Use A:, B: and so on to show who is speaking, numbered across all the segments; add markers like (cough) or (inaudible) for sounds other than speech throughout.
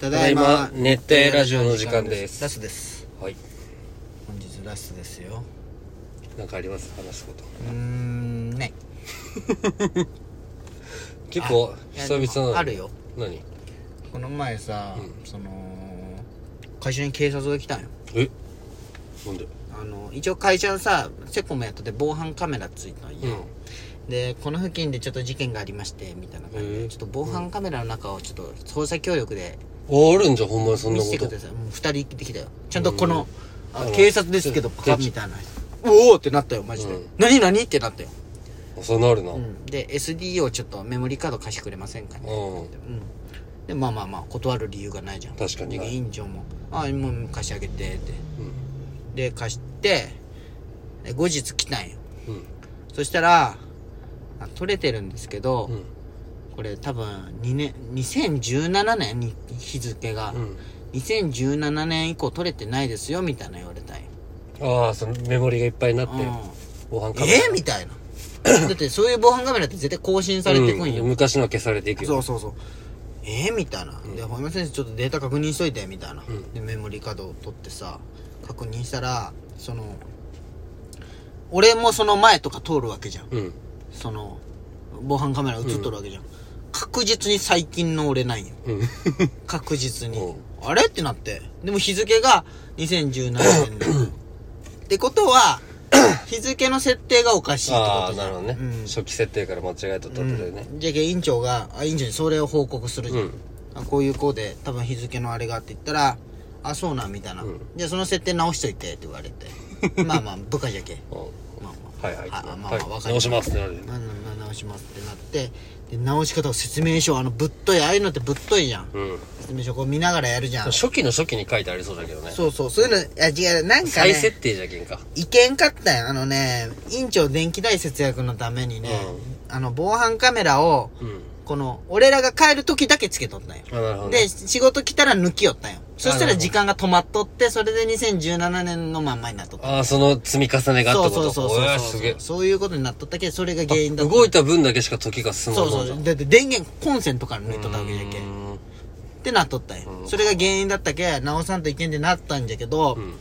A: た
B: ただいま熱帯ラジオの時間です
A: ラストです
B: はい
A: 本日ラストですよ
B: なんかあります話すこと
A: うーんね
B: 結構
A: あいや
B: 久々なの
A: あるよ
B: 何
A: この前さ、
B: う
A: その会社に警察が来たんよ
B: えなんで
A: あの一応会社さセコムやってて防犯カメラついてん
B: う
A: よ、
B: ん
A: でこの付近でちょっと事件がありましてみたいな感じ
B: へ
A: で
B: え
A: ちょっと防犯カメラの中をちょっと捜査協力で
B: ああるんじゃんほんまにそん
A: 見
B: な
A: せて
B: こ
A: く
B: と
A: ださいもう二人できたよちゃんとこの、あ
B: うん
A: 警察ですけど
B: ちょ
A: パカッみたいなおおってなったよマジで、
B: うん
A: 何何ってなったよ、
B: あそうなるな、
A: うん、で SD をちょっとメモリーカード貸してくれませんかね
B: うん
A: うんでまあまあまあ断る理由がないじゃん
B: 確かに
A: で
B: はい
A: 委員長も「ああもう貸してあげて」って
B: うん
A: で貸してで後日来たんよ
B: うん
A: そしたらあ取れてるんですけど、
B: うん
A: これ多分2年2017年に日付が、
B: うん
A: 2017年以降取れてないですよみたいな言われたんよ、
B: ああそのメモリがいっぱいになって
A: う
B: 防犯
A: ん、
B: カメラ
A: えみたい
B: (laughs)
A: なだってそういう防犯カメラって絶対更新されてくんよ、
B: うん、昔のは消されていくよ
A: そうそうそうえー、みたいな「で本間先生ちょっとデータ確認しといて」みたいな、
B: ん
A: でメモリーカードを取ってさ確認したらその俺もその前とか通るわけじゃん
B: うん
A: その防犯カメラ映っとるわけじゃん、確実に最近の俺なんよ
B: うん
A: 確実に、
B: うん
A: あれってなってでも日付が2017年
B: (clears throat)
A: でってことは日付の設定がおかしいって
B: あ
A: こ
B: あ
A: とじ
B: な
A: ゃん
B: るほどね、
A: うん
B: 初期設定から間違えとったってことだよね
A: じゃけ委員長があ委員長にそれを報告するじゃん、
B: うん
A: あこういう子で多分日付のあれがあって言ったら「あそうなん」みたいな、
B: うん
A: じゃあその設定直しといて」って言われ
B: (laughs)
A: てまあまあ部下じゃけ
B: うん
A: まあまあ
B: はいはい
A: あまあまあ
B: はい
A: わかる
B: 直しますってなるよね
A: まあまあ直しますってなってで直し方を説明書あのぶっといああいうのってぶっといじゃん、
B: うん
A: 説明書こう見ながらやるじゃん
B: 初期の初期に書いてありそうだけどね
A: そうそうそういうのいや違うなんか
B: 再
A: ね
B: 設定じゃけんか
A: いけんかったよあのね委員長電気代節約のためにね、あの防犯カメラを
B: うん
A: この俺らが帰る時だけつけとったんよ
B: あなるほどね
A: で、仕事来たら抜きよったんよ。そしたら時間が止まっとって、それで2017年のまんまになっとった。
B: ああその積み重ねがあ
A: そ
B: っ
A: う
B: て
A: そ
B: こ
A: う
B: と
A: そうそう
B: おや
A: そ
B: す
A: う
B: げえ
A: そういうことになっとったけど、それが原因だった。
B: 動いた分だけしか時が進ま
A: そ
B: な
A: う
B: い
A: そう。だって電源、コンセントから抜いとったわけじゃけ。っ
B: ん
A: てなっとったんよ。それが原因だったけ、直さんといけんでなったんじゃけど、
B: ん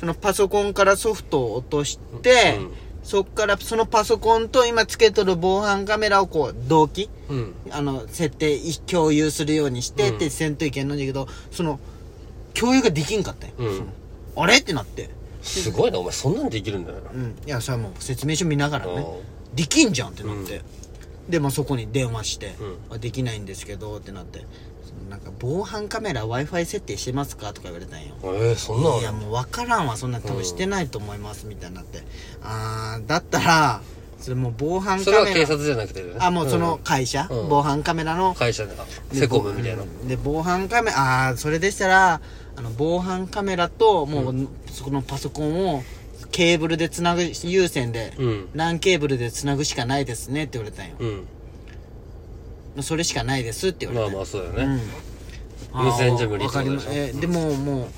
A: そのパソコンからソフトを落として、
B: うん
A: そっからそのパソコンと今つけとる防犯カメラをこう、同期
B: うん
A: あの、設定、共有するようにしてってせんといけんのんじゃけど、その、共有ができんかったよ。
B: うん
A: そのあれってなって。
B: すごいなお前そんなんできるんだよな
A: うん。いや、それはもう説明書見ながらね
B: おう。
A: できんじゃんってなって。で、まあそこに電話して、
B: う
A: あできないんですけどってなって。そのなんか、防犯カメラ Wi-Fi 設定してますかとか言われたんよ。
B: えー、そんなのあ
A: いや
B: る
A: もう分からんわそんな多分してないと思いますみたいになって、あーだったらそれもう防犯
B: そ
A: カメ
B: れ
A: ラ
B: は警察じゃなくてね
A: あもうその会社、
B: うん
A: 防犯カメラの
B: 会社であ
A: で
B: セコムみたいな
A: うんで防犯カメラああそれでしたらあの防犯カメラともう、そこのパソコンをケーブルでつなぐ有線で、
B: うん
A: 何ケーブルでつなぐしかないですねって言われたんよ、
B: うん
A: それしかないですって言わ
B: ま
A: れ
B: あ
A: たん
B: ま
A: よ
B: あそうだよね
A: うん
B: 無線じゃ無理
A: わかりま
B: ってことでしょ
A: えでももう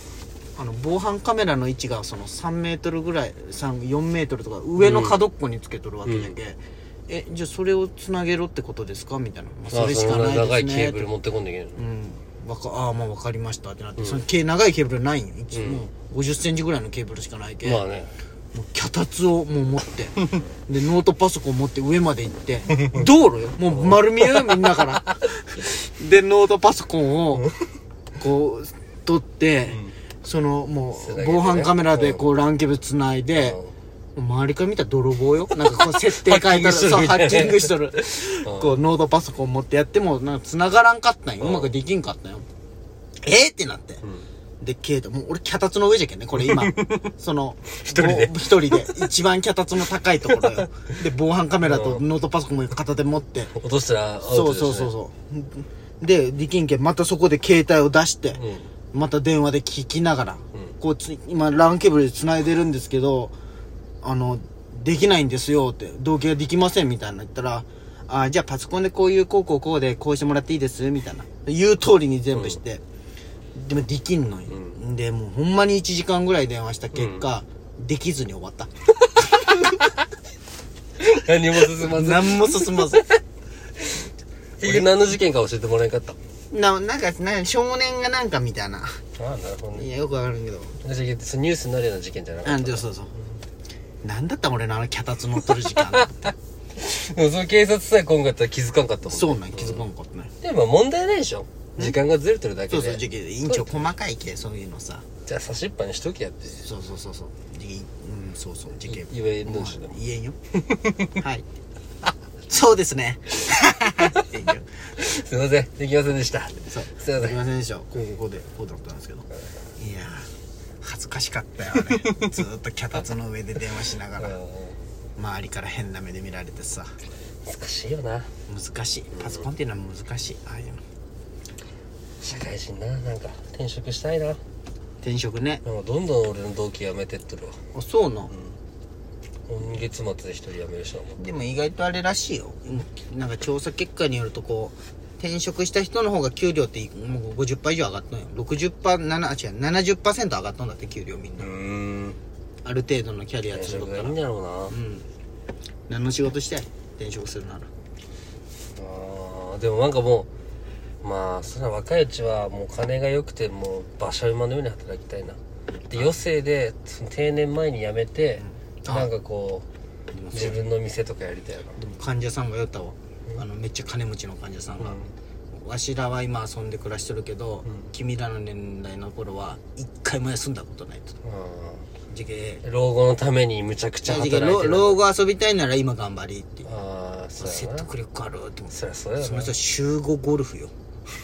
A: あの防犯カメラの位置がその3メートルぐらい34メートルとか上の角っこにつけとるわけじゃけ、えじゃあそれをつなげろってことですかみたいな、まあ、
B: あ
A: それしか
B: ん
A: ないですね
B: 長いケー
A: と
B: ブル持ってこんでいけない
A: うん、わかああまあ分かりましたってなって、その毛長いケーブルないんよ、一応もう5 0ンチぐらいのケーブルしかないけ、
B: まあね
A: もう脚立をもう持って (laughs) でノートパソコン持って上まで行って道路よもう丸見えよみんなから (laughs) でノートパソコンをこう取って、そのも
B: つなげ
A: う
B: てね
A: 防犯カメラでこうランケーブルつないで、もう周りから見たら泥棒よなんかこう設定変えたらそうハ
B: ハ
A: ッ
B: ッ
A: キ
B: キ
A: ン
B: ン
A: グ
B: グ
A: しとるこうノートパソコン持ってやってもなんか繋がらんかったんよ
B: う
A: うんまくできんかったんよえー、ってなって、でケイトもう俺脚立の上じゃけんねこれ (laughs) 今その一
B: 人で
A: 一人で一番脚立の高いところよで防犯カメラとノートパソコンを片手持って
B: 落としたらアウ
A: そ
B: ト
A: う
B: で
A: そう
B: す
A: そう
B: ね
A: そうでできんけんまたそこで携帯を出して、また電話で聞きながら、こうつ今ランケーブルで繋いでるんですけどあのできないんですよって同期ができませんみたいな言ったらあじゃあパソコンでこういうこうこうこうでこうしてもらっていいですみたいな言う通りに全部して、でもできんのよ、でもうほんまに1時間ぐらい電話した結果、できずに終わった
B: 何も進ま
A: (laughs)
B: ず
A: 何も進まず
B: 結局何の事件か教えてもらえんかった
A: ななんかなんか少年がなんかみたいな
B: ああなるほど
A: い
B: ね
A: やよくわからんけど
B: じゃあそれニュースになるような事件じゃなか
A: あ
B: っ
A: でそうそうなんだったん俺のあの脚立乗っとる時
B: (laughs)
A: 間
B: たでもその警察さえ来んかったら気づかんかったもんね
A: そうなん気づかんかったね
B: でも問題ないでしょ時間がずれてるだけで
A: そうそう時期委員長細かいけそういうのさ
B: じゃあ差しっぱにしときやって
A: そうそうそうそう時期うんそうそう時期
B: 言えんどうしようでも
A: 言えんよ (laughs) はいそうですね (laughs) 言えんよ
B: すいませんできませんでした
A: そう
B: すいません
A: いませんでしたこうこうでこうだったんですけどいやー恥ずかしかったよ
B: (laughs)
A: ねずーっと脚立の上で電話しながら
B: うん
A: 周りから変な目で見られてさ
B: 難しいよな
A: 難しいパソコンっていうのは難しいああいうの
B: 社会人ななんか転職したいな
A: 転職ね
B: なんかどんどん俺の同期辞めてってるわ
A: あそうな、
B: 今月末で一人辞める人はも
A: でも意外とあれらしいようんなんか調査結果によるとこう転職した人の方が給料ってもう50%以上上がったのよ60%パー7あ違う70%上がったんだって給料みん
B: う
A: な、
B: ん
A: ある程度のキャリア
B: 転
A: 積んど
B: 職
A: っ
B: が
A: た
B: い
A: ら
B: い
A: うん
B: だろうな、
A: ん何の仕事したい転職するなら
B: あーでもなんかもうまあそんな若いうちはもう金が良くてもう馬車馬のように働きたいなで余生でその定年前に辞めて、
A: うんあ
B: なんかこ
A: でも
B: う自分の店とかやりたいな
A: でも患者さんが言ったわ、あのめっちゃ金持ちの患者さんが、わしらは今遊んで暮らしてるけど、
B: ん
A: 君らの年代の頃は一回も休んだことないとじけ
B: うん老後のためにむちゃくちゃ働
A: じ
B: いて
A: け
B: る
A: 老老後遊びたいなら今頑張りって
B: ああそうや
A: 説
B: な
A: 得力あるって思って
B: そりゃそうやな
A: その人は週5ゴルフよ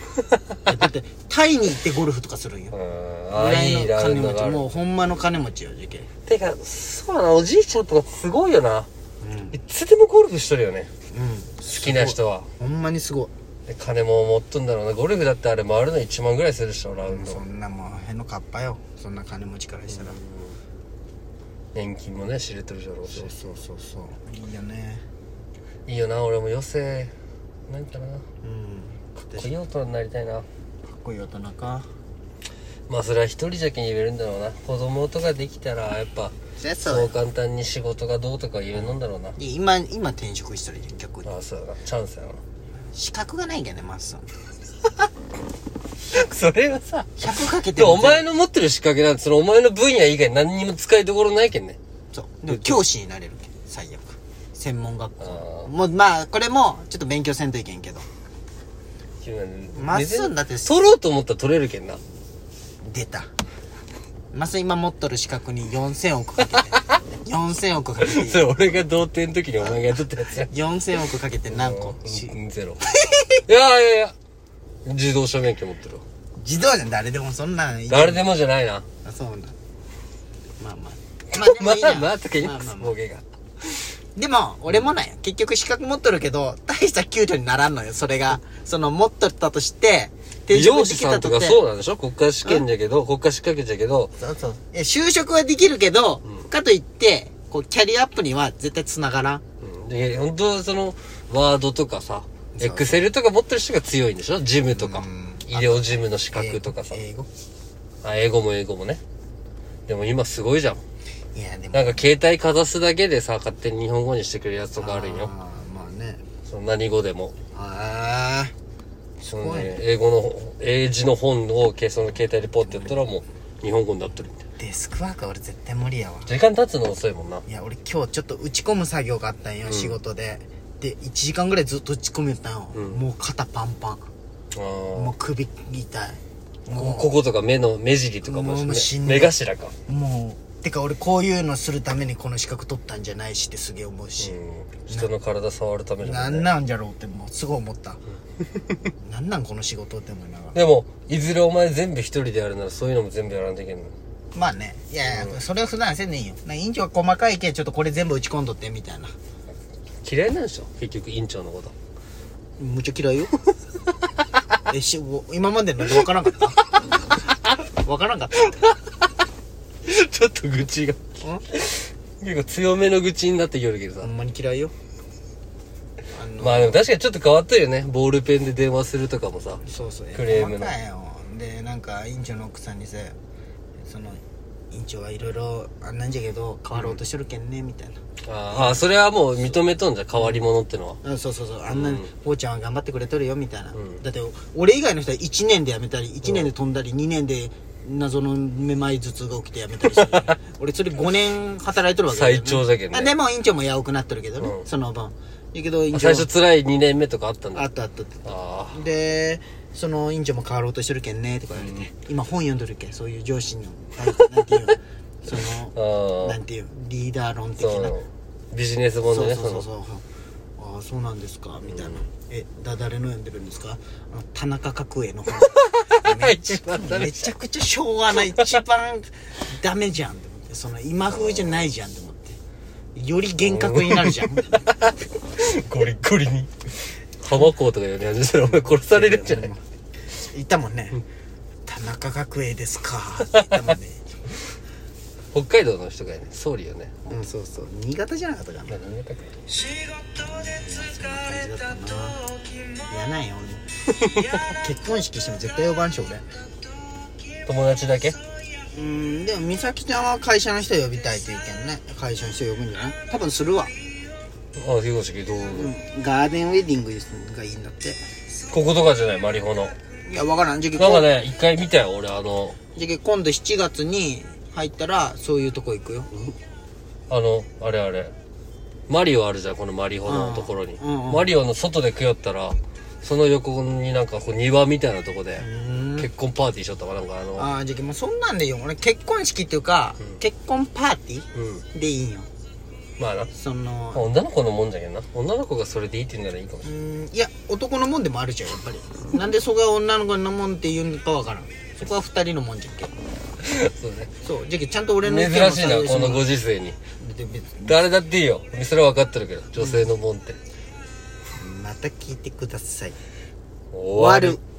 A: (laughs) だってタイに行ってゴルフとかするんよ
B: うんあ
A: ぐ
B: あ
A: らい
B: いい
A: の
B: ラウ
A: 金
B: ンド
A: 持
B: が
A: ち
B: ある
A: もうほんまの金持ちよじけ
B: てかそうだなおじいちゃんとかすごいよな
A: うん、うん、
B: いつでもゴルフしとるよね好きな
A: す
B: 人は
A: ごいほんまにすごい
B: で金も持っとんだろうなゴルフだってあれ回るの1万ぐらいするでしょラウンド
A: そんなもうへのかっぱよそんな金持ちからしたら、
B: 年金もね知れてるじゃろうし
A: そうそうそうそういいよね
B: いいよな俺も余生なんかなか
A: うん
B: っこいい大人になりたいな
A: かっこいい大人か
B: まあそれは一人じゃけん言えるんだろうな子供とかできたらやっぱ
A: そりゃそう
B: そう
A: よ
B: 簡単に仕事がどうとか言えのんだろうな
A: で今今転職したら逆に
B: ああそうやなチャンスやな
A: (laughs) 資格がないんだよねマッスン
B: それはさ
A: 100かけて
B: でもお前
A: の
B: の持ってる仕掛けなんてそのお前の分野以外何にも使いどころないけんね
A: そうでも教師になれるけん最悪専門学
B: あ
A: 校もうまあこれもちょっと勉強せんといけんけどまっすんだって
B: 取ろうと思ったら取れるけんな
A: 出たマッスン今持っとる資格に4000億かけて
B: (laughs)
A: 4000億かけて
B: それ俺が童貞の時にお前がやっとったやつや
A: 4000億かけて何個し
B: うんゼロ (laughs) いやいやいや自動車免許持ってるわ
A: 自動じゃん誰でもそんなん
B: 誰でもじゃないな
A: あそうなんだま
B: (laughs)
A: あまあまあでもいい
B: ま
A: な
B: あまあとか言
A: ま
B: う
A: あまあまあ
B: ボケが
A: でも、俺もなんや。結局資格持っとるけど、大した給料にならんのよ、それが。その、持っとったとして、転
B: 美容
A: 職で
B: 師
A: き
B: さ
A: た
B: んと
A: と
B: か
A: て。
B: そうなんでしょ国家試験じゃけど国家資格じゃけど
A: そうそうえ就職はできるけど、かといって、こう、キャリアアップには絶対繋がらん。
B: うんで本当はそのワードとかさエクセルとか持ってる人が強いんでしょジムとか医療ジムの資格とかさ
A: 英語
B: あ英語も英語もねでも今すごいじゃん
A: いや、でも。
B: なんか携帯かざすだけでさ勝手に日本語にしてくれるやつとかあるんよ
A: あーまあね。
B: その何語でも
A: あ
B: そのね英語の英字の本をけその携帯でポッてやったらもう日本語になってるみたいな
A: ーデスクワークは俺絶対無理やわ。
B: 時間経つの遅いもんない
A: や、俺今日ちょっと打ち込む作業があったんよ、仕事で。で、1時間ぐらいずっと打ち込みよったんよ。もう肩パンパン。
B: あー
A: もう首痛い。も
B: ここことか目の目尻とかも
A: もうしんどい
B: 目頭か
A: もうてか俺こういうのするためにこの資格取ったんじゃないしってすげえ思うし
B: う、ん人の体触るためじ
A: な
B: ゃ
A: ん
B: ない
A: なんじゃろうってもうすごい思ったなんなんこの仕事って思いながら
B: でもいずれお前全部一人でやるならそういうのも全部やらんといけんの
A: まあねいやいやそれは普段せんでいいよなんか委員長が細かいけちょっとこれ全部打ち込んどってみたいな
B: 嫌いなんでしょ結局院長のこと
A: むちゃ嫌いよ (laughs) えしお今までなんで分からんかった (laughs) 分からんかっ
B: (laughs) ちょっと愚痴が
A: たん
B: 結構強めの愚痴になってきよるけど
A: ほ
B: さ
A: んまに嫌いよあの、
B: まあでも確かにちょっと変わったよねボールペンで電話するとかもさ
A: そうそう
B: クレームの
A: 細かいよでなんか院長の奥さんにさその院長はいろいろあんなんじゃけど変わろうとしとるけんね、みたいな
B: ああそれはもう認めとんじゃん変わり者ってのは
A: うんそうそうそうあんなに、坊ちゃんは頑張ってくれとるよみたいな、
B: うん
A: だって俺以外の人は1年で辞めたり1年で飛んだり2年で謎のめまい頭痛が起きて辞めたり
B: (laughs)
A: してる俺それ5年働いとるわけだよ
B: 最長じゃけんね
A: あでも院長もやおくなっとるけどね、
B: うん
A: その分やけど院長
B: 最初辛い2年目とかあったんだ
A: あ
B: あ
A: ったあったあった
B: あ
A: でその院長も変わろうとしてるけんねとか言われて、今本読んどるけんそういう上司のなんなんていう
B: (laughs)
A: のそ
B: あ
A: のな
B: ー
A: んていうリーダー論的
B: そ
A: な
B: うビジネス本
A: そ
B: で
A: う
B: ね
A: そうそう
B: そ
A: そうああそうなんですかみたいな、えだ誰の読んでるんですかあの田中角栄の (laughs) 本
B: の一番ダメ
A: めちゃくちゃ昭和な一番ダメじゃんって思ってその今風じゃないじゃんって思ってより厳格になるじ (laughs) ゃん
B: ゴリゴリに浜子とか呼び始めたらお前殺される
A: (laughs)
B: んじゃない
A: 言ったもんね田中角栄ですかって言ったもんね
B: 北海道の人がね総理よね
A: うんそうそう新潟じゃなかったかな
B: なんか見えたか
C: 仕事で疲れた時も
A: やないよ俺結婚式しても絶対呼ばんしょ俺
B: 友達だけ
A: うんでも美咲ちゃんは会社の人呼びたいというけんね会社の人呼ぶんじゃない多分するわ、
B: ああひごしきどう、
A: ガーデンウェディングがいいんだって
B: こことかじゃないマリホの
A: いやわからんじゃけ
B: なん
A: こ
B: か
A: ん
B: ね一回見たよ俺あの
A: じゃけ今度7月に入ったらそういうとこ行くよ
B: あのあれあれマリオあるじゃんこのマリホのところに、
A: うんうん
B: マリオの外で食いよったらその横になんかこう庭みたいなとこで
A: ん
B: 結婚パーティーしよったわなんかあの
A: ああじゃけもうそんなんでいいよ俺結婚式っていうか、結婚パーティ
B: うん
A: ーでいいんよ
B: まあな
A: その
B: 女の子のもんじゃけんな女の子がそれでいいって言うならいいかもし
A: うーんいや男のもんでもあるじゃんやっぱりなんでそこが女の子のもんって言うのかわからんそこは2人のもんじゃんけ
B: れないそうね
A: そうじゃけちゃんと俺の意見を
B: 珍しいなこのご
A: だ
B: 時世に
A: って別に
B: 誰だっていいよそれは分かってるけど女性のもんって、
A: また聞いてください
B: 終わる
A: 終わる